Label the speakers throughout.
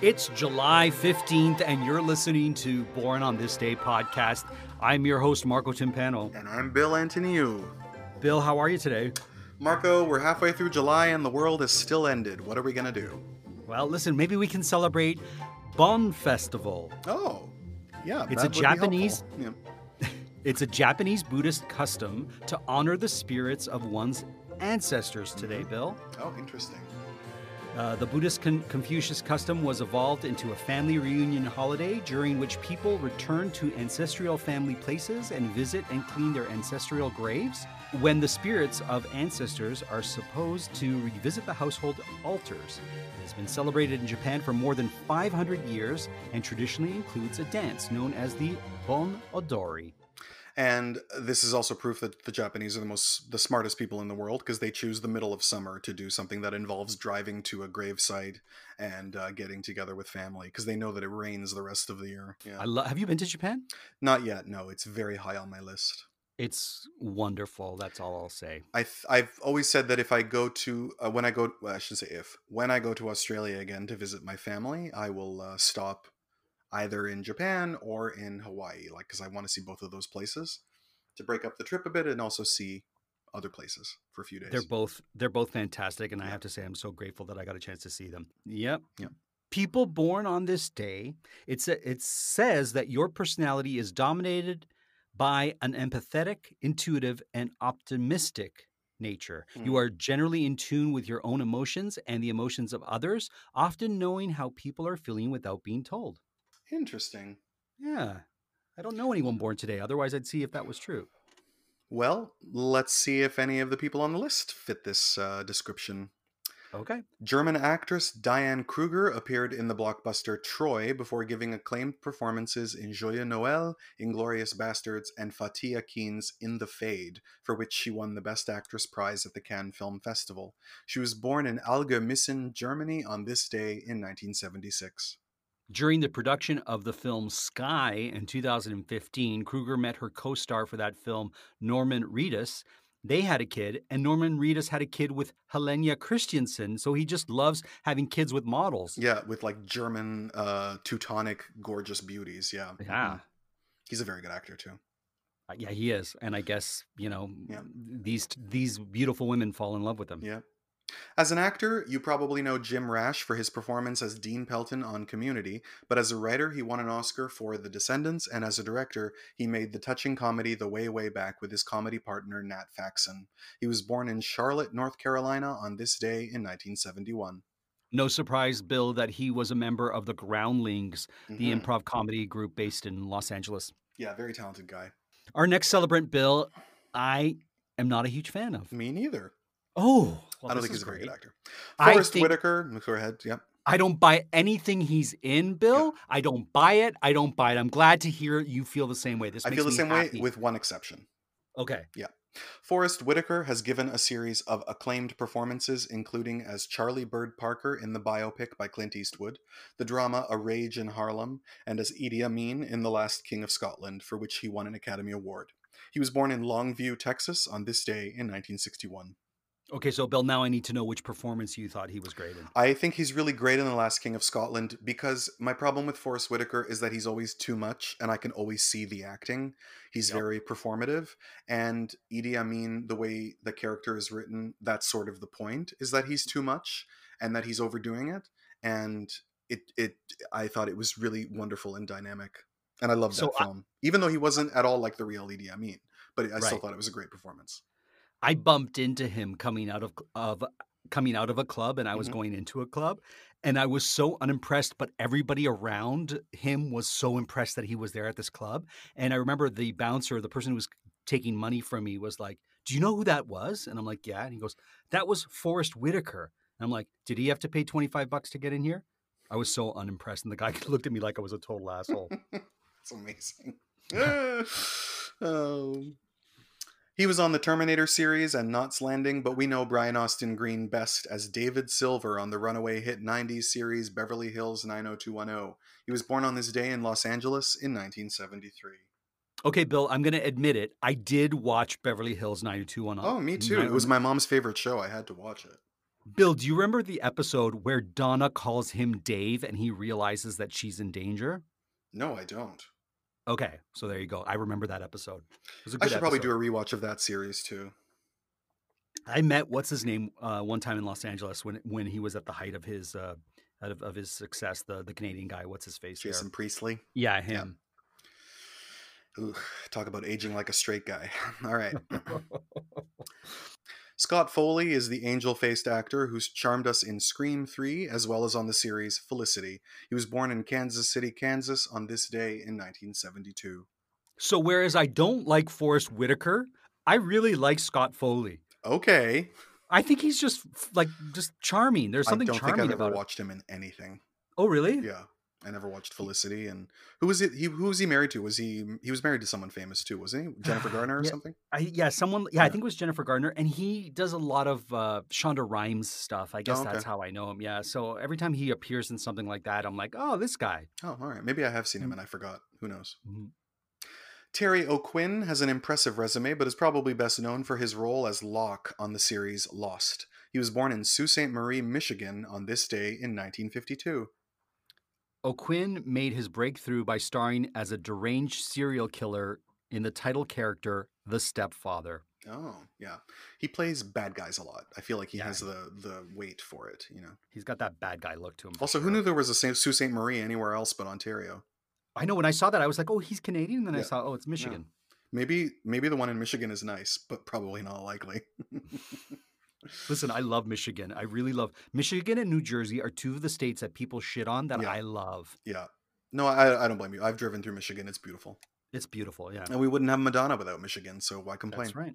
Speaker 1: It's July 15th, and you're listening to Born on This Day podcast. I'm your host, Marco Timpano.
Speaker 2: And I'm Bill Antonio.
Speaker 1: Bill, how are you today?
Speaker 2: Marco, we're halfway through July and the world is still ended. What are we going to do?
Speaker 1: Well, listen, maybe we can celebrate Bon Festival.
Speaker 2: Oh, yeah.
Speaker 1: It's a
Speaker 2: that would be
Speaker 1: Japanese-
Speaker 2: helpful. Yeah.
Speaker 1: It's a Japanese Buddhist custom to honor the spirits of one's ancestors today, Bill.
Speaker 2: Oh, interesting.
Speaker 1: Uh, the Buddhist Con- Confucius custom was evolved into a family reunion holiday during which people return to ancestral family places and visit and clean their ancestral graves when the spirits of ancestors are supposed to revisit the household altars. It has been celebrated in Japan for more than 500 years and traditionally includes a dance known as the Bon Odori.
Speaker 2: And this is also proof that the Japanese are the most the smartest people in the world because they choose the middle of summer to do something that involves driving to a gravesite and uh, getting together with family because they know that it rains the rest of the year. Yeah.
Speaker 1: I lo- have you been to Japan?
Speaker 2: Not yet. No, it's very high on my list.
Speaker 1: It's wonderful. That's all I'll say.
Speaker 2: I th- I've always said that if I go to uh, when I go well, I should say if when I go to Australia again to visit my family, I will uh, stop either in Japan or in Hawaii, like because I want to see both of those places to break up the trip a bit and also see other places for a few days.
Speaker 1: They're both they're both fantastic, and I have to say I'm so grateful that I got a chance to see them. Yep.
Speaker 2: Yep.
Speaker 1: People born on this day, it sa- it says that your personality is dominated by an empathetic, intuitive, and optimistic nature. You are generally in tune with your own emotions and the emotions of others, often knowing how people are feeling without being told.
Speaker 2: Interesting.
Speaker 1: Yeah. I don't know anyone born today. Otherwise, I'd see if that was true.
Speaker 2: Well, let's see if any of the people on the list fit this uh, description.
Speaker 1: Okay.
Speaker 2: German actress Diane Kruger appeared in the blockbuster Troy before giving acclaimed performances in Joyeux Noël, Inglorious Bastards, and Fatih Akın's In the Fade, for which she won the Best Actress prize at the Cannes Film Festival. She was born in Algemissen, Germany on this day in 1976.
Speaker 1: During the production of the film Sky in 2015, Kruger met her co star for that film, Norman Reedus. They had a kid, and Norman Reedus had a kid with Helena Christensen, so he just loves having kids with models.
Speaker 2: Yeah, with like German uh, Teutonic gorgeous beauties. Yeah. mm-hmm.
Speaker 1: Yeah.
Speaker 2: He's a very good actor too.
Speaker 1: Uh, Yeah, he is. And I guess, you know,
Speaker 2: Yeah.
Speaker 1: these these beautiful women fall in love with him.
Speaker 2: Yeah. As an actor, you probably know Jim Rash for his performance as Dean Pelton on Community, but as a writer, he won an Oscar for The Descendants, and as a director, he made the touching comedy The Way Way Back with his comedy partner Nat Faxon. He was born in Charlotte, North Carolina on this day in 1971.
Speaker 1: No surprise, Bill, that he was a member of the Groundlings, the
Speaker 2: Mhm.
Speaker 1: improv comedy group based in Los Angeles.
Speaker 2: yeah, very talented guy.
Speaker 1: Our next celebrant, Bill, I am not a huge fan of.
Speaker 2: Me neither.
Speaker 1: Oh,
Speaker 2: I don't think he's a very good actor.
Speaker 1: I
Speaker 2: Forrest
Speaker 1: think-
Speaker 2: Whitaker, go ahead. Yep.
Speaker 1: I don't buy anything he's in, Bill. I don't buy it. I don't buy it. I'm glad to hear you feel the same way. This
Speaker 2: I
Speaker 1: makes
Speaker 2: feel the
Speaker 1: me
Speaker 2: same
Speaker 1: happy.
Speaker 2: way with one exception.
Speaker 1: okay.
Speaker 2: Forrest Whitaker has given a series of acclaimed performances, including as Charlie Bird Parker in the biopic by Clint Eastwood, the drama A Rage in Harlem, and as Idi Amin in The Last King of Scotland, for which he won an Academy Award. He was born in Longview, Texas, on this day in 1961.
Speaker 1: Okay, so Bill, now I need to know which performance you thought he was great in.
Speaker 2: I think he's really great in The Last King of Scotland because my problem with Forrest Whitaker is that he's always too much and I can always see the acting. He's
Speaker 1: Yep.
Speaker 2: very performative. And Idi Amin, the way the character is written, that's sort of the point, is that he's too much and that he's overdoing it. And it it I thought it was really wonderful and dynamic. And I love that
Speaker 1: So I-
Speaker 2: film. Even though he wasn't at all like the real Idi Amin. But I still
Speaker 1: Right.
Speaker 2: thought it was a great performance.
Speaker 1: I bumped into him coming out of of coming out of a club, and I was
Speaker 2: Mhm.
Speaker 1: going into a club, and I was so unimpressed. But everybody around him was so impressed that he was there at this club. And I remember the bouncer, the person who was taking money from me, was like, "Do you know who that was?" And I'm like, "Yeah." And he goes, "That was Forrest Whitaker." And I'm like, "Did he have to pay 25 bucks to get in here?" I was so unimpressed, and the guy looked at me like I was a total asshole.
Speaker 2: It's amazing. Um, he was on the Terminator series and Knots Landing, but we know Brian Austin Green best as David Silver on the runaway hit 90s series Beverly Hills 90210. He was born on this day in Los Angeles in 1973.
Speaker 1: Okay, Bill, I'm going to admit it. I did watch Beverly Hills 90210.
Speaker 2: Mm, Oh, me too. It was my mom's favorite show. I had to watch it.
Speaker 1: Bill, do you remember the episode where Donna calls him Dave and he realizes that she's in danger?
Speaker 2: No, I don't.
Speaker 1: Okay, so there you go. I remember that episode. It was a
Speaker 2: I
Speaker 1: good
Speaker 2: should probably
Speaker 1: episode.
Speaker 2: do a rewatch of that series too.
Speaker 1: I met what's his name uh, one time in Los Angeles when when he was at the height of his uh, out of, of his success. The the Canadian guy, what's his face? there?
Speaker 2: Jason Priestley.
Speaker 1: Yeah, him.
Speaker 2: Ooh, talk about aging like a straight guy. All right. Scott Foley is the angel faced actor who's charmed us in Scream 3 as well as on the series Felicity. He was born in Kansas City, Kansas on this day in 1972.
Speaker 1: so whereas I don't like Forrest Whitaker, I really like Scott Foley.
Speaker 2: Okay.
Speaker 1: I think he's just f- like just charming. There's
Speaker 2: I
Speaker 1: something
Speaker 2: don't think
Speaker 1: charming
Speaker 2: I've ever
Speaker 1: about him.
Speaker 2: watched him in anything.
Speaker 1: Oh, really?
Speaker 2: Yeah. I never watched Felicity and who was it he who was he married to? Was he he was married to someone famous too, wasn't he? Jennifer Garner or
Speaker 1: Yeah.
Speaker 2: something?
Speaker 1: I, yeah, someone. Yeah, I
Speaker 2: Yeah.
Speaker 1: think it was Jennifer Gardner, and he does a lot of uh, Shonda Rhimes stuff. I guess
Speaker 2: Oh, okay.
Speaker 1: that's how I know him. Yeah, so every time he appears in something like that, I'm like, oh, this guy.
Speaker 2: Oh, all right. Maybe I have
Speaker 1: Mm.
Speaker 2: seen him and I forgot. Who knows?
Speaker 1: Mhm.
Speaker 2: Terry O'Quinn has an impressive resume, but is probably best known for his role as Locke on the series Lost. He was born in Sault Ste. Marie, Michigan on this day in 1952.
Speaker 1: O'Quinn made his breakthrough by starring as a deranged serial killer in the title character, The Stepfather.
Speaker 2: Oh, yeah. He plays bad guys a lot. I feel like he
Speaker 1: Yeah.
Speaker 2: has the, the weight for it, you know.
Speaker 1: He's got that bad guy look to him. for
Speaker 2: Also, who
Speaker 1: sure.
Speaker 2: knew there was a Saint- Sault Ste. Marie anywhere else but Ontario?
Speaker 1: I know when I saw that, I was like, oh, he's Canadian. And then I
Speaker 2: Yeah.
Speaker 1: saw, oh, it's Michigan.
Speaker 2: Maybe maybe the one in Michigan is nice, but probably not likely.
Speaker 1: Listen, I love Michigan. I really love Michigan and New Jersey are two of the states that people shit on that
Speaker 2: Yeah.
Speaker 1: I love.
Speaker 2: yeah. No, I, I don't blame you. I've driven through Michigan. It's beautiful.
Speaker 1: It's beautiful. Yeah.
Speaker 2: And we wouldn't have Madonna without Michigan, so why complain?
Speaker 1: That's right.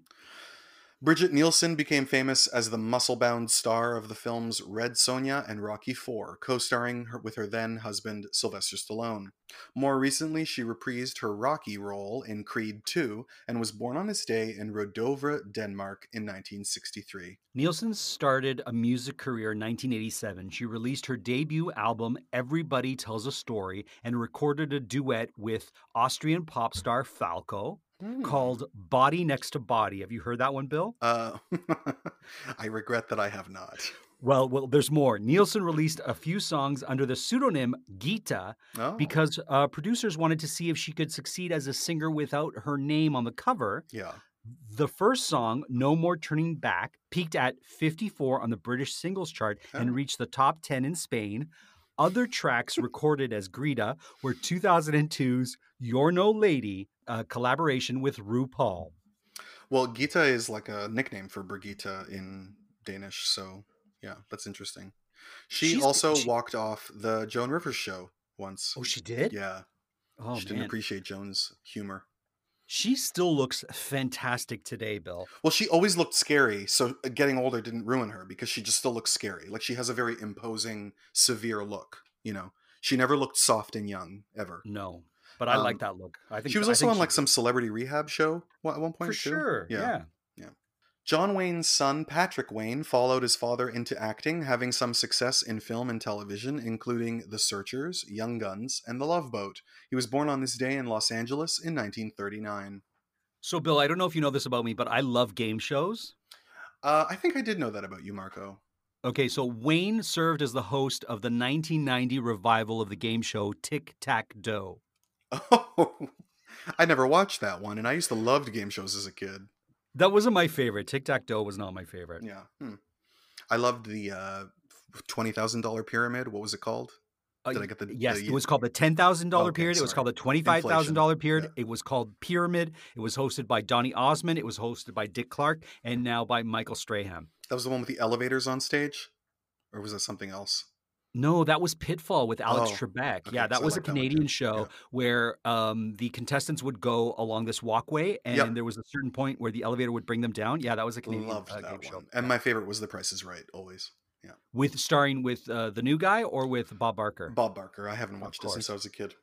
Speaker 2: Bridget Nielsen became famous as the muscle bound star of the films Red Sonja and Rocky IV, co starring with her then husband Sylvester Stallone. More recently, she reprised her Rocky role in Creed II and was born on this day in Rodovre, Denmark in 1963.
Speaker 1: Nielsen started a music career in 1987. She released her debut album, Everybody Tells a Story, and recorded a duet with Austrian pop star Falco
Speaker 2: Hmm.
Speaker 1: called Body Next to Body. Have you heard that one, Bill?
Speaker 2: Uh, I regret that I have not.
Speaker 1: Well, well, there's more. Nielsen released a few songs under the pseudonym Gita
Speaker 2: Oh,
Speaker 1: because uh, producers wanted to see if she could succeed as a singer without her name on the cover.
Speaker 2: yeah.
Speaker 1: The first song, No More Turning Back, peaked at 54 on the British singles chart
Speaker 2: Oh.
Speaker 1: and reached the top 10 in Spain. Other tracks recorded as Greta were 2002's You're No Lady, a collaboration with RuPaul.
Speaker 2: Well, Gita is like a nickname for Brigitte in Danish, so yeah, that's interesting. She
Speaker 1: She's-
Speaker 2: also
Speaker 1: she-
Speaker 2: walked off the Joan Rivers show once.
Speaker 1: Oh, she did?
Speaker 2: Yeah,
Speaker 1: Oh,
Speaker 2: she didn't
Speaker 1: man.
Speaker 2: appreciate Joan's humor.
Speaker 1: She still looks fantastic today, Bill.
Speaker 2: Well, she always looked scary, so uh, getting older didn't ruin her because she just still looks scary. Like she has a very imposing, severe look. You know, she never looked soft and young ever.
Speaker 1: No, but I like
Speaker 2: Um,
Speaker 1: that look. I think
Speaker 2: She was
Speaker 1: I
Speaker 2: also
Speaker 1: think
Speaker 2: on like
Speaker 1: did.
Speaker 2: some celebrity rehab show wa- at one
Speaker 1: for
Speaker 2: point. too.
Speaker 1: sure. Yeah.
Speaker 2: John Wayne's son, Patrick Wayne, followed his father into acting, having some success in film and television, including The Searchers, Young Guns, and The Love Boat. He was born on this day in Los Angeles in 1939.
Speaker 1: So, Bill, I don't know if you know this about me, but I love game shows.
Speaker 2: Uh, I think I did know that about you, Marco.
Speaker 1: Okay, so Wayne served as the host of the 1990 revival of the game show Tic Tac Doe.
Speaker 2: Oh, I never watched that one, and I used to love game shows as a kid.
Speaker 1: That wasn't my favorite. Tic Tac Doe was not my favorite.
Speaker 2: Yeah, hmm. I loved the uh, twenty thousand dollar pyramid. What was it called?
Speaker 1: Uh,
Speaker 2: Did I get the- the
Speaker 1: Yes,
Speaker 2: ye-
Speaker 1: it was called the ten thousand dollar
Speaker 2: Okay,
Speaker 1: period. It was
Speaker 2: sorry.
Speaker 1: called the twenty five thousand dollar period.
Speaker 2: yeah.
Speaker 1: It was called Pyramid. It was hosted by Donny Osmond. It was hosted by Dick Clark, and now by Michael Strahan.
Speaker 2: That was the one with the elevators on stage, or was that something else?
Speaker 1: No, that was Pitfall with Alex
Speaker 2: Oh,
Speaker 1: Trebek.
Speaker 2: okay,
Speaker 1: yeah,
Speaker 2: 'cause
Speaker 1: that
Speaker 2: I
Speaker 1: was
Speaker 2: like
Speaker 1: a
Speaker 2: that one too.
Speaker 1: Canadian show
Speaker 2: Yeah.
Speaker 1: where um, the contestants would go along this walkway, and
Speaker 2: Yep.
Speaker 1: there was a certain point where the elevator would bring them down. Yeah, that was a Canadian
Speaker 2: Loved
Speaker 1: uh,
Speaker 2: that
Speaker 1: game
Speaker 2: one.
Speaker 1: show.
Speaker 2: And
Speaker 1: yeah.
Speaker 2: my favorite was The Price Is Right. Always
Speaker 1: with starring with uh, the new guy or with Bob Barker.
Speaker 2: Bob Barker. I haven't
Speaker 1: Of
Speaker 2: watched it since
Speaker 1: course.
Speaker 2: I was a kid.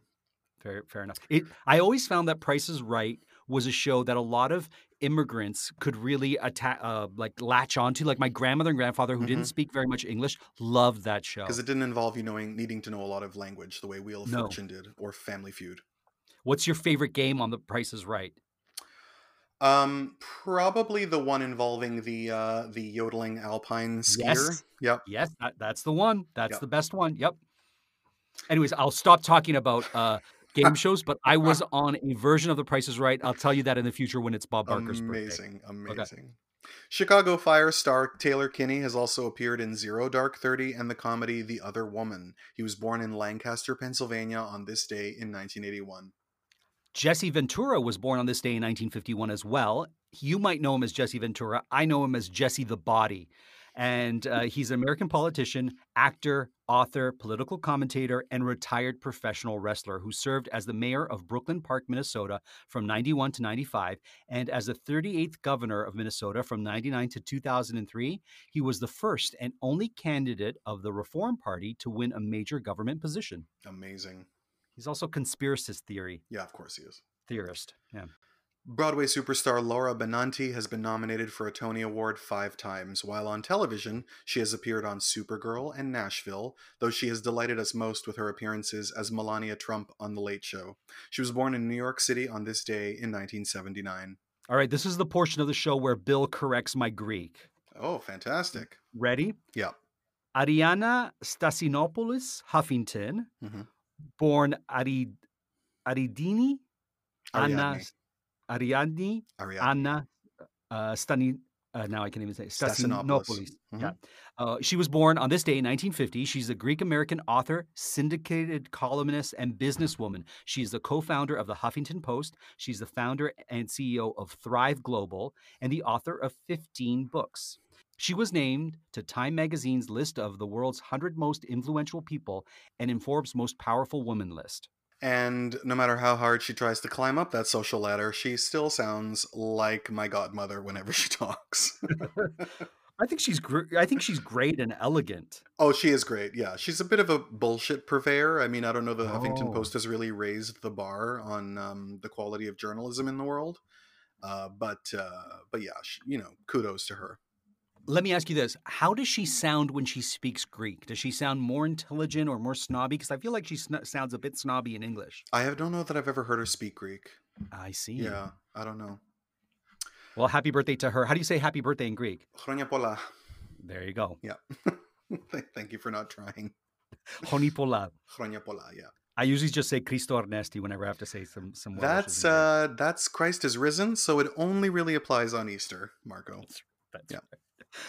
Speaker 1: fair, fair enough. It, I always found that Price is Right was a show that a lot of immigrants could really attack, uh, like latch onto. Like my grandmother and grandfather, who didn't
Speaker 2: Mhm.
Speaker 1: speak very much English, loved that show.
Speaker 2: Because it didn't involve you knowing needing to know a lot of language the way Wheel of
Speaker 1: No.
Speaker 2: Fortune did or Family Feud.
Speaker 1: What's your favorite game on The Price is Right?
Speaker 2: Um, probably the one involving the uh the yodeling alpine skier.
Speaker 1: Yes.
Speaker 2: Yep.
Speaker 1: Yes, that, that's the one. That's
Speaker 2: Yep.
Speaker 1: the best one. Yep. Anyways, I'll stop talking about uh, game shows, but I was on a version of The Price is Right. I'll tell you that in the future when it's Bob Barker's birthday.
Speaker 2: amazing, amazing. Chicago Fire star Taylor Kinney has also appeared in Zero Dark Thirty and the comedy The Other Woman. He was born in Lancaster, Pennsylvania, on this day in 1981.
Speaker 1: Jesse Ventura was born on this day in 1951 as well. You might know him as Jesse Ventura. I know him as Jesse the Body. And uh, he's an American politician, actor, author, political commentator, and retired professional wrestler who served as the mayor of Brooklyn Park, Minnesota from 91 to 95 and as the 38th governor of Minnesota from 99 to 2003. He was the first and only candidate of the Reform Party to win a major government position.
Speaker 2: Amazing.
Speaker 1: He's also conspiracist theory
Speaker 2: Yeah, of course he is.
Speaker 1: theorist. Yeah.
Speaker 2: Broadway superstar Laura Benanti has been nominated for a Tony Award five times, while on television, she has appeared on Supergirl and Nashville, though she has delighted us most with her appearances as Melania Trump on The Late Show. She was born in New York City on this day in 1979.
Speaker 1: All right, this is the portion of the show where Bill corrects my Greek.
Speaker 2: Oh, fantastic.
Speaker 1: Ready?
Speaker 2: Yeah.
Speaker 1: Ariana Stasinopoulos Huffington,
Speaker 2: Mhm.
Speaker 1: born Ari, Aridini, Anna, Ariadne,
Speaker 2: Ariadne. Ariadne.
Speaker 1: Anna uh, Stani, uh, now I can't even say it,
Speaker 2: Stasinopoulos.
Speaker 1: Stasinopoulos.
Speaker 2: Mhm.
Speaker 1: Yeah. Uh, she was born on this day in 1950. She's a Greek American author, syndicated columnist, and businesswoman. She's the co founder of the Huffington Post. She's the founder and CEO of Thrive Global and the author of 15 books. She was named to Time Magazine's list of the world's 100 most influential people and in Forbes' most powerful women list.
Speaker 2: And no matter how hard she tries to climb up that social ladder, she still sounds like my godmother whenever she talks.
Speaker 1: I think she's gr- I think she's great and elegant.
Speaker 2: Oh, she is great. Yeah, she's a bit of a bullshit purveyor. I mean, I don't know. The Huffington
Speaker 1: Oh.
Speaker 2: Post has really raised the bar on um, the quality of journalism in the world. Uh, but uh, but yeah, sh you know, kudos to her.
Speaker 1: Let me ask you this: How does she sound when she speaks Greek? Does she sound more intelligent or more snobby? Because I feel like she sn- sounds a bit snobby in English.
Speaker 2: I have, don't know that I've ever heard her speak Greek.
Speaker 1: I see.
Speaker 2: Yeah, I don't know.
Speaker 1: Well, happy birthday to her. How do you say happy birthday in Greek?
Speaker 2: Χρόνια πολλά.
Speaker 1: There you go.
Speaker 2: Yeah. Th- Thank you for not trying.
Speaker 1: Honipola.
Speaker 2: Χρόνια πολλά. Yeah.
Speaker 1: I usually just say Christo Arnesti whenever I have to say some some. words.
Speaker 2: That's uh, that's Christ is risen, so it only really applies on Easter, Marco.
Speaker 1: That's
Speaker 2: yeah.
Speaker 1: right.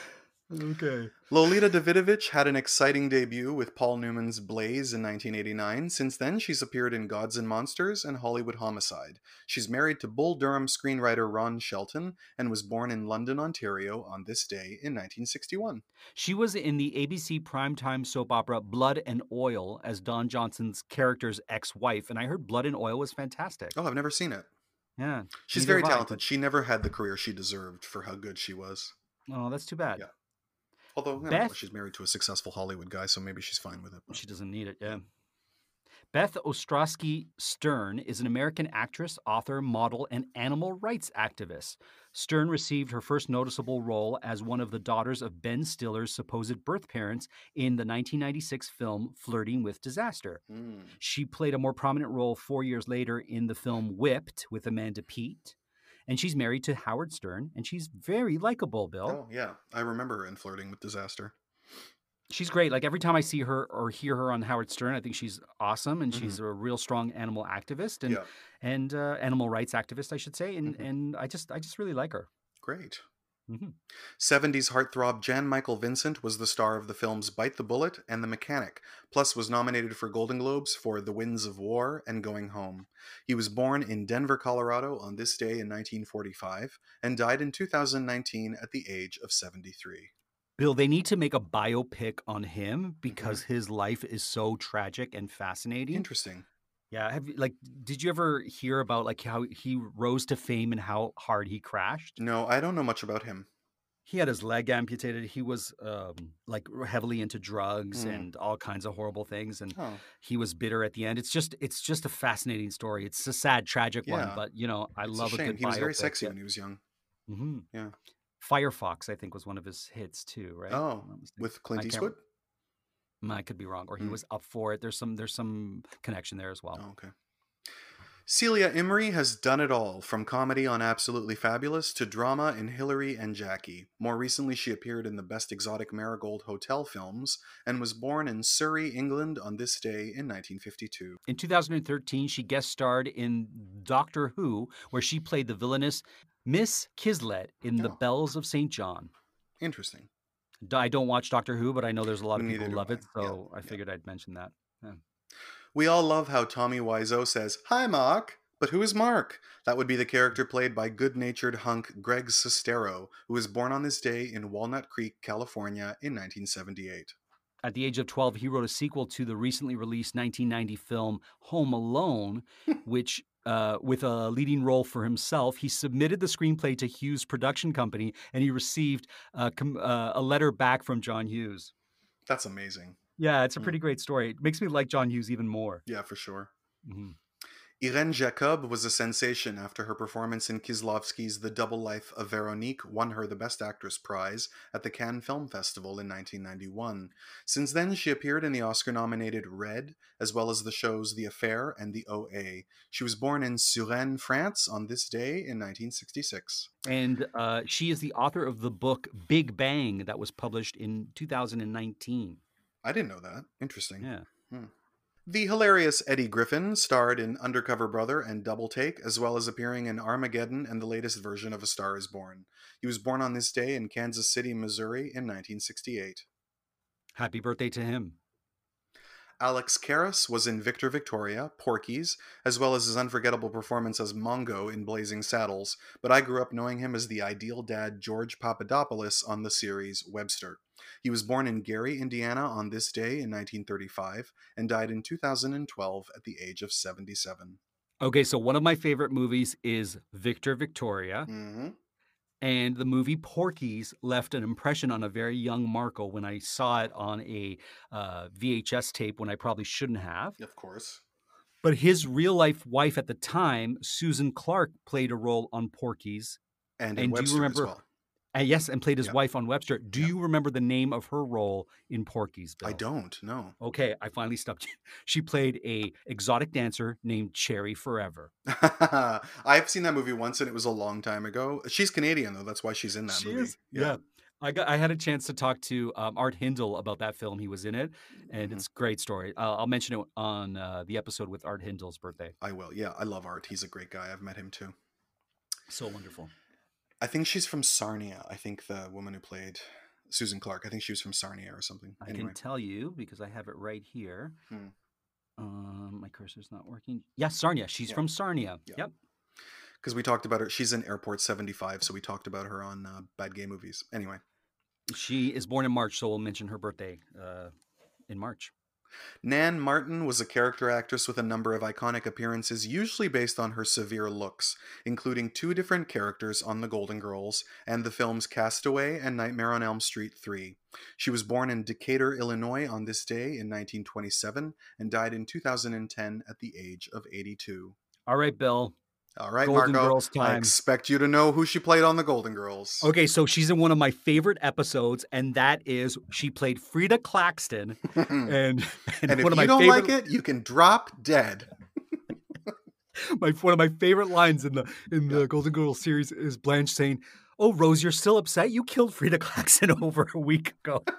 Speaker 1: Okay.
Speaker 2: Lolita Davidovich had an exciting debut with Paul Newman's Blaze in 1989. Since then, she's appeared in Gods and Monsters and Hollywood Homicide. She's married to Bull Durham screenwriter Ron Shelton and was born in London, Ontario on this day in 1961.
Speaker 1: She was in the ABC primetime soap opera Blood and Oil as Don Johnson's character's ex-wife, and I heard Blood and Oil was fantastic.
Speaker 2: Oh, I've never seen it.
Speaker 1: Yeah.
Speaker 2: She's
Speaker 1: Neither
Speaker 2: very
Speaker 1: have I,
Speaker 2: talented. She never had the career she deserved for how good she was.
Speaker 1: Oh, that's too bad.
Speaker 2: Yeah. Although, I don't know,
Speaker 1: Beth-
Speaker 2: she's married to a successful Hollywood guy, so maybe she's fine with it.
Speaker 1: She doesn't need it, yeah. Beth Ostrowski Stern is an American actress, author, model, and animal rights activist. Stern received her first noticeable role as one of the daughters of Ben Stiller's supposed birth parents in the 1996 film Flirting with Disaster.
Speaker 2: Mm.
Speaker 1: She played a more prominent role four years later in the film Whipped with Amanda Peet. And she's married to Howard Stern, and she's very likable, Bill.
Speaker 2: Oh, yeah. I remember her in Flirting with Disaster.
Speaker 1: she's great. Like every time I see her or hear her on Howard Stern, I think she's awesome, and she's a real strong animal activist and
Speaker 2: Mm-hmm. yeah.
Speaker 1: and uh, animal rights activist, I should say. And
Speaker 2: Mhm.
Speaker 1: and I just I just really like her.
Speaker 2: Great.
Speaker 1: Mhm.
Speaker 2: 70s heartthrob Jan Michael Vincent was the star of the films Bite the Bullet and The Mechanic, plus was nominated for Golden Globes for The Winds of War and Going Home. He was born in Denver, Colorado on this day in 1945 and died in 2019 at the age of 73.
Speaker 1: Bill, they need to make a biopic on
Speaker 2: Mm-hmm.
Speaker 1: him because his life is so tragic and fascinating.
Speaker 2: Interesting.
Speaker 1: Yeah, have you, like did you ever hear about like how he rose to fame and how hard he crashed?
Speaker 2: No, I don't know much about him.
Speaker 1: He had his leg amputated. He was um, like heavily into drugs
Speaker 2: Mm.
Speaker 1: and all kinds of horrible things. And
Speaker 2: Oh,
Speaker 1: he was bitter at the end. It's just it's just a fascinating story. It's a sad, tragic one,
Speaker 2: Yeah.
Speaker 1: but you know I
Speaker 2: it's
Speaker 1: love
Speaker 2: a
Speaker 1: a,
Speaker 2: shame.
Speaker 1: good.
Speaker 2: he was very
Speaker 1: biopic.
Speaker 2: sexy when he was young.
Speaker 1: hmm
Speaker 2: Yeah.
Speaker 1: Firefox, I think, was one of his hits too, right?
Speaker 2: Oh,
Speaker 1: If I'm not mistaken.
Speaker 2: with Clint
Speaker 1: I can't
Speaker 2: Eastwood?
Speaker 1: Mm, I could be wrong, or he
Speaker 2: Mm.
Speaker 1: Oh. was up for it. There's some there's some connection there as well.
Speaker 2: Oh, okay. Oh, Celia Imrie has done it all, from comedy on Absolutely Fabulous to drama in Hillary and Jackie. More recently, she appeared in the Best Exotic Marigold Hotel films and was born in Surrey, England on this day in 1952.
Speaker 1: In 2013, she guest starred in Doctor Who, where she played the villainous Miss Kislet in The
Speaker 2: Oh.
Speaker 1: Bells of St. John.
Speaker 2: Interesting.
Speaker 1: D- I don't watch Doctor Who, but I know there's a lot of people
Speaker 2: Neither
Speaker 1: who
Speaker 2: do
Speaker 1: love
Speaker 2: I.
Speaker 1: it,
Speaker 2: Yeah,
Speaker 1: so I
Speaker 2: yeah.
Speaker 1: figured I'd mention that.
Speaker 2: We all love how Tommy Wiseau says, Hi, Mark. But who is Mark? That would be the character played by good natured hunk Greg Sestero, who was born on this day in Walnut Creek, California in 1978.
Speaker 1: At the age of 12, he wrote a sequel to the recently released 1990 film Home Alone, which, uh, with a leading role for himself, he submitted the screenplay to Hughes Production Company and he received uh, com- uh, a letter back from John Hughes.
Speaker 2: That's amazing.
Speaker 1: Yeah, it's a
Speaker 2: Mm.
Speaker 1: pretty great story. It makes me like John Hughes even more.
Speaker 2: Yeah, for sure.
Speaker 1: Mhm.
Speaker 2: Irene Jacob was a sensation after her performance in Kislovsky's The Double Life of Veronique won her the Best Actress prize at the Cannes Film Festival in 1991. Since then, she appeared in the Oscar nominated Red, as well as the shows The Affair and The OA. She was born in Suresnes, France on this day in 1966.
Speaker 1: And uh, she is the author of the book Big Bang that was published in 2019.
Speaker 2: I didn't know that. Interesting.
Speaker 1: Yeah.
Speaker 2: The hilarious Eddie Griffin starred in Undercover Brother and Double Take, as well as appearing in Armageddon and the latest version of A Star is Born. He was born on this day in Kansas City, Missouri in 1968.
Speaker 1: Happy birthday to him.
Speaker 2: Alex Karras was in Victor Victoria, Porky's, as well as his unforgettable performance as Mongo in Blazing Saddles, but I grew up knowing him as the ideal dad George Papadopoulos on the series Webster. He was born in Gary, Indiana on this day in 1935 and died in 2012 at the age of 77.
Speaker 1: Okay, so one of my favorite movies is Victor Victoria.
Speaker 2: Mm-hmm.
Speaker 1: And the movie Porky's left an impression on a very young Marco when I saw it on a uh, VHS tape when I probably shouldn't have.
Speaker 2: Of course.
Speaker 1: But his real life wife at the time, Susan Clark, played a role on Porky's.
Speaker 2: And,
Speaker 1: And do
Speaker 2: in
Speaker 1: you
Speaker 2: Webster
Speaker 1: remember-
Speaker 2: as well.
Speaker 1: And yes, and played his
Speaker 2: Yep.
Speaker 1: wife on Webster. Do
Speaker 2: Yep.
Speaker 1: you remember the name of her role in Porky's? Bill?
Speaker 2: I don't know.
Speaker 1: Okay, I finally stopped. you. She played a exotic dancer named Cherry Forever.
Speaker 2: I've seen that movie once and it was a long time ago. She's Canadian though, that's why she's in that
Speaker 1: She
Speaker 2: movie.
Speaker 1: is, yeah. I got. I had a chance to talk to um, Art Hindle about that film. He was in it, and
Speaker 2: Mhm.
Speaker 1: it's a great story. I'll I'll mention it on uh, the episode with Art Hindle's birthday.
Speaker 2: I will. Yeah, I love Art. He's a great guy. I've met him too.
Speaker 1: So wonderful.
Speaker 2: I think she's from Sarnia. I think the woman who played Susan Clark. I think she was from Sarnia or something.
Speaker 1: I
Speaker 2: anyway.
Speaker 1: can tell you because I have it right here.
Speaker 2: Hmm.
Speaker 1: Um, my cursor's not working. Yes, Sarnia. She's
Speaker 2: Yeah.
Speaker 1: from Sarnia.
Speaker 2: Yeah.
Speaker 1: Yep.
Speaker 2: Because we talked about her. She's in Airport 75, so we talked about her on uh, Bad Gay Movies. Anyway.
Speaker 1: She is born in March, so we'll mention her birthday uh, in March.
Speaker 2: Nan Martin was a character actress with a number of iconic appearances, usually based on her severe looks, including two different characters on The Golden Girls and the films Castaway and Nightmare on Elm Street 3. She was born in Decatur, Illinois on this day in 1927 and died in 2010 at the age of 82.
Speaker 1: All right, Bill.
Speaker 2: All right,
Speaker 1: Golden
Speaker 2: Marco.
Speaker 1: Girls
Speaker 2: I
Speaker 1: time.
Speaker 2: expect you to know who she played on The Golden Girls.
Speaker 1: Okay, so she's in one of my favorite episodes, and that is she played Frida Claxton,
Speaker 2: Hmm. and
Speaker 1: and, and,
Speaker 2: if
Speaker 1: one
Speaker 2: you
Speaker 1: of my
Speaker 2: don't
Speaker 1: favorite
Speaker 2: like it, you can drop dead.
Speaker 1: my one of my favorite lines in the in
Speaker 2: Yeah.
Speaker 1: the Golden Girls series is Blanche saying, "Oh Rose, you're still upset? You killed Frida Claxton over a week ago."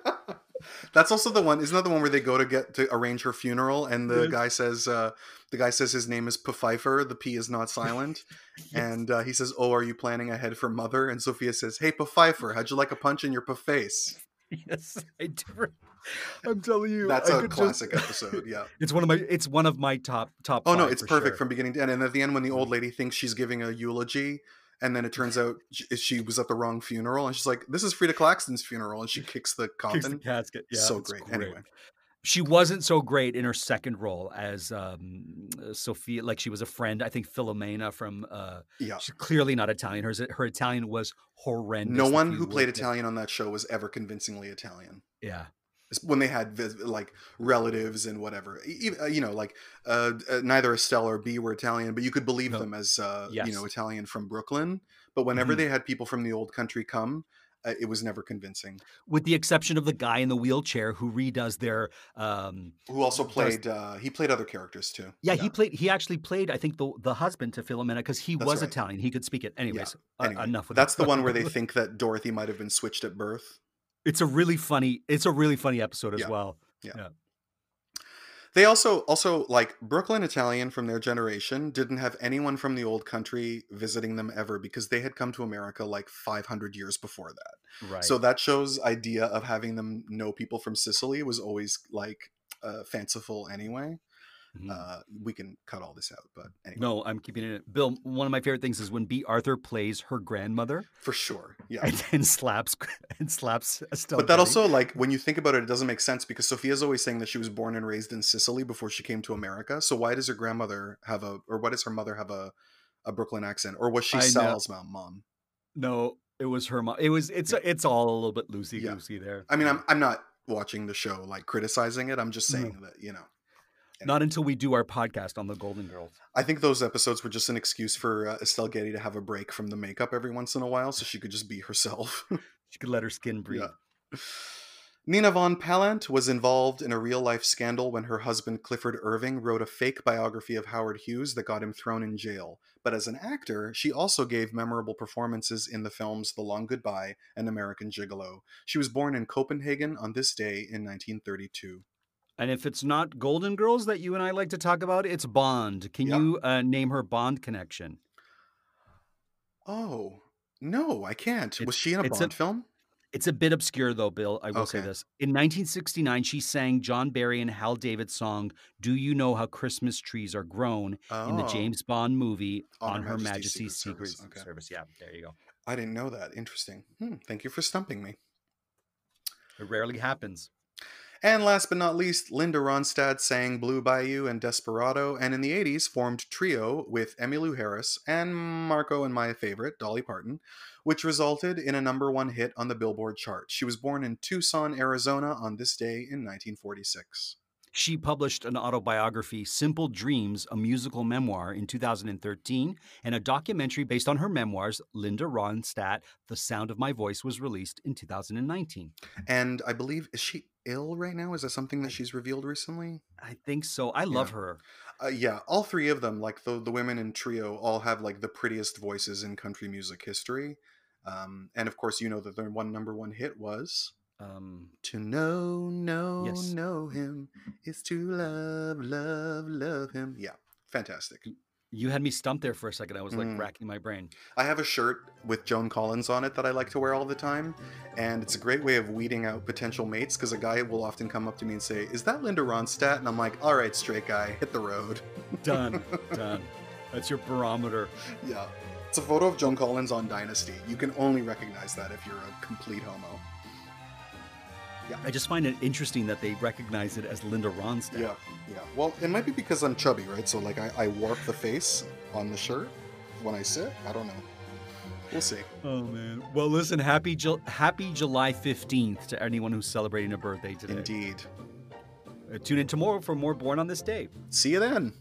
Speaker 2: That's also the one. Isn't that the one where they go to get to arrange her funeral, and the
Speaker 1: Yes.
Speaker 2: guy says, uh, the guy says his name is Pfeiffer. The P is not silent, and uh, he says, "Oh, are you planning ahead for mother?" And Sophia says, "Hey, Pfeiffer, how'd you like a punch in your face?"
Speaker 1: yes, I do. re- I'm telling you,
Speaker 2: That's
Speaker 1: a
Speaker 2: a classic episode. Yeah.
Speaker 1: it's one of my it's one of my top top.
Speaker 2: Oh no,
Speaker 1: five
Speaker 2: it's
Speaker 1: for
Speaker 2: perfect
Speaker 1: sure. Mm-hmm.
Speaker 2: from beginning to end. And at the end, when the old lady thinks she's giving a eulogy. And then it turns out she- she was at the wrong funeral, and she's like, "This is Frida Claxton's funeral," and she kicks the coffin.
Speaker 1: Kicks the casket. Yeah,
Speaker 2: so
Speaker 1: it's
Speaker 2: great. Anyway,
Speaker 1: she wasn't so great in her second role as um, uh, Sophia. Like she was a friend, I think Philomena from. Uh,
Speaker 2: yeah.
Speaker 1: she's clearly not Italian. Her her Italian was horrendous.
Speaker 2: No
Speaker 1: if
Speaker 2: one
Speaker 1: you
Speaker 2: who
Speaker 1: look
Speaker 2: played
Speaker 1: at-
Speaker 2: Italian on that show was ever convincingly Italian.
Speaker 1: Yeah.
Speaker 2: It's when they had vis- like relatives and whatever E- e- uh, you know like uh, uh, neither estelle or b were italian but you could believe
Speaker 1: No.
Speaker 2: them as uh, you know
Speaker 1: Yes.
Speaker 2: italian from brooklyn but whenever
Speaker 1: Mhm.
Speaker 2: they had people from the old country come uh, it was never convincing.
Speaker 1: with the exception of the guy in the wheelchair who redoes their um
Speaker 2: Who also
Speaker 1: Does-
Speaker 2: played? Uh, he played other characters too.
Speaker 1: yeah, he played he actually played i think the the husband to philomena because he
Speaker 2: That's
Speaker 1: was
Speaker 2: right.
Speaker 1: italian he could speak it anyways uh,
Speaker 2: Anyway,
Speaker 1: enough with
Speaker 2: that's
Speaker 1: that.
Speaker 2: the one where they think that Dorothy might have been switched at birth.
Speaker 1: it's a really funny it's a really funny episode as
Speaker 2: Yeah.
Speaker 1: well
Speaker 2: They also also like Brooklyn Italian from their generation didn't have anyone from the old country visiting them ever because they had come to America like 500 years before that.
Speaker 1: right
Speaker 2: So that shows idea of having them know people from Sicily was always like uh, fanciful anyway.
Speaker 1: Mhm.
Speaker 2: Uh, we can cut all this out, but anyway,
Speaker 1: no i'm keeping it bill one of my favorite things is when b arthur plays her grandmother
Speaker 2: for sure, yeah.
Speaker 1: and then slaps and slaps Estelle
Speaker 2: But that
Speaker 1: Getty.
Speaker 2: also, like, when you think about it, it doesn't make sense because Sophia's always saying that she was born and raised in Sicily before she came to America. So why does her grandmother have a, or why does her mother have a, a Brooklyn accent, or was she
Speaker 1: I know.
Speaker 2: Sal's mom? Mom.
Speaker 1: no it was her mom it was it's it's all a little bit loosey goosey there
Speaker 2: I mean,
Speaker 1: Yeah.
Speaker 2: I'm I'm not watching the show like criticizing it. I'm just
Speaker 1: No.
Speaker 2: saying that you know,
Speaker 1: not until we do our podcast on the golden girls
Speaker 2: I think those episodes were just an excuse for uh, Estelle Getty to have a break from the makeup every once in a while, so she could just be herself.
Speaker 1: she could let her skin breathe
Speaker 2: Nina von Pallant was involved in a real life scandal when her husband Clifford Irving wrote a fake biography of Howard Hughes that got him thrown in jail. But as an actor, she also gave memorable performances in the films The Long Goodbye and American Gigolo. She was born in Copenhagen on this day in 1932.
Speaker 1: And if it's not Golden Girls that you and I like to talk about, it's Bond. Can
Speaker 2: Yeah.
Speaker 1: you uh, name her Bond connection?
Speaker 2: Oh, no, I can't.
Speaker 1: It's-
Speaker 2: was she in a
Speaker 1: it's a-
Speaker 2: Bond film?
Speaker 1: It's a bit obscure, though, Bill. I will say
Speaker 2: Okay.
Speaker 1: this. In 1969, she sang John Barry and Hal David's song, Do You Know How Christmas Trees Are Grown, in the
Speaker 2: Oh,
Speaker 1: James Bond movie
Speaker 2: On
Speaker 1: on
Speaker 2: Her
Speaker 1: Her
Speaker 2: Majesty's
Speaker 1: Majesty's
Speaker 2: Secret
Speaker 1: Secret
Speaker 2: Service. Okay.
Speaker 1: Service. Yeah, there you go.
Speaker 2: I didn't know that. Interesting. Hmm, thank you for stumping me.
Speaker 1: It rarely happens.
Speaker 2: And last but not least, Linda Ronstadt sang Blue Bayou and Desperado, and in the 80s formed Trio with Emmylou Harris and Marco and my favorite, Dolly Parton, which resulted in a number one hit on the Billboard chart. She was born in Tucson, Arizona on this day in 1946.
Speaker 1: She published an autobiography, Simple Dreams, a musical memoir, in 2013, and a documentary based on her memoirs, Linda Ronstadt, The Sound of My Voice, was released in 2019.
Speaker 2: And I believe, is she ill right now? Is that something that she's revealed recently?
Speaker 1: I think so. I love
Speaker 2: Yeah.
Speaker 1: her.
Speaker 2: Uh, yeah, all three of them, like the the women in trio, all have like the prettiest voices in country music history. Um, and of course, you know that their one number one hit was
Speaker 1: Um,
Speaker 2: "To Know, Know,
Speaker 1: Yes.
Speaker 2: Know Him Is to Love, Love, Love Him." Yeah, fantastic.
Speaker 1: you had me stumped there for a second. I was like
Speaker 2: Mm.
Speaker 1: racking my brain.
Speaker 2: I have a shirt with Joan Collins on it that I like to wear all the time, and it's a great way of weeding out potential mates because a guy will often come up to me and say, "Is that Linda Ronstadt?" And I'm like, "All right, straight guy, hit the road."
Speaker 1: Done. Done. That's your barometer.
Speaker 2: Yeah. It's a photo of Joan Collins on Dynasty. You can only recognize that if you're a complete homo.
Speaker 1: I just find it interesting that they recognize it as Linda Ronstadt.
Speaker 2: Yeah, yeah. Well, it might be because I'm chubby, right? So, like, I, I warp the face on the shirt when I sit. I don't know. We'll see.
Speaker 1: Oh man. Well, listen. Happy Ju- Happy July fifteenth to anyone who's celebrating a birthday today.
Speaker 2: Indeed.
Speaker 1: Uh, tune in tomorrow for more Born on this Day.
Speaker 2: See you then.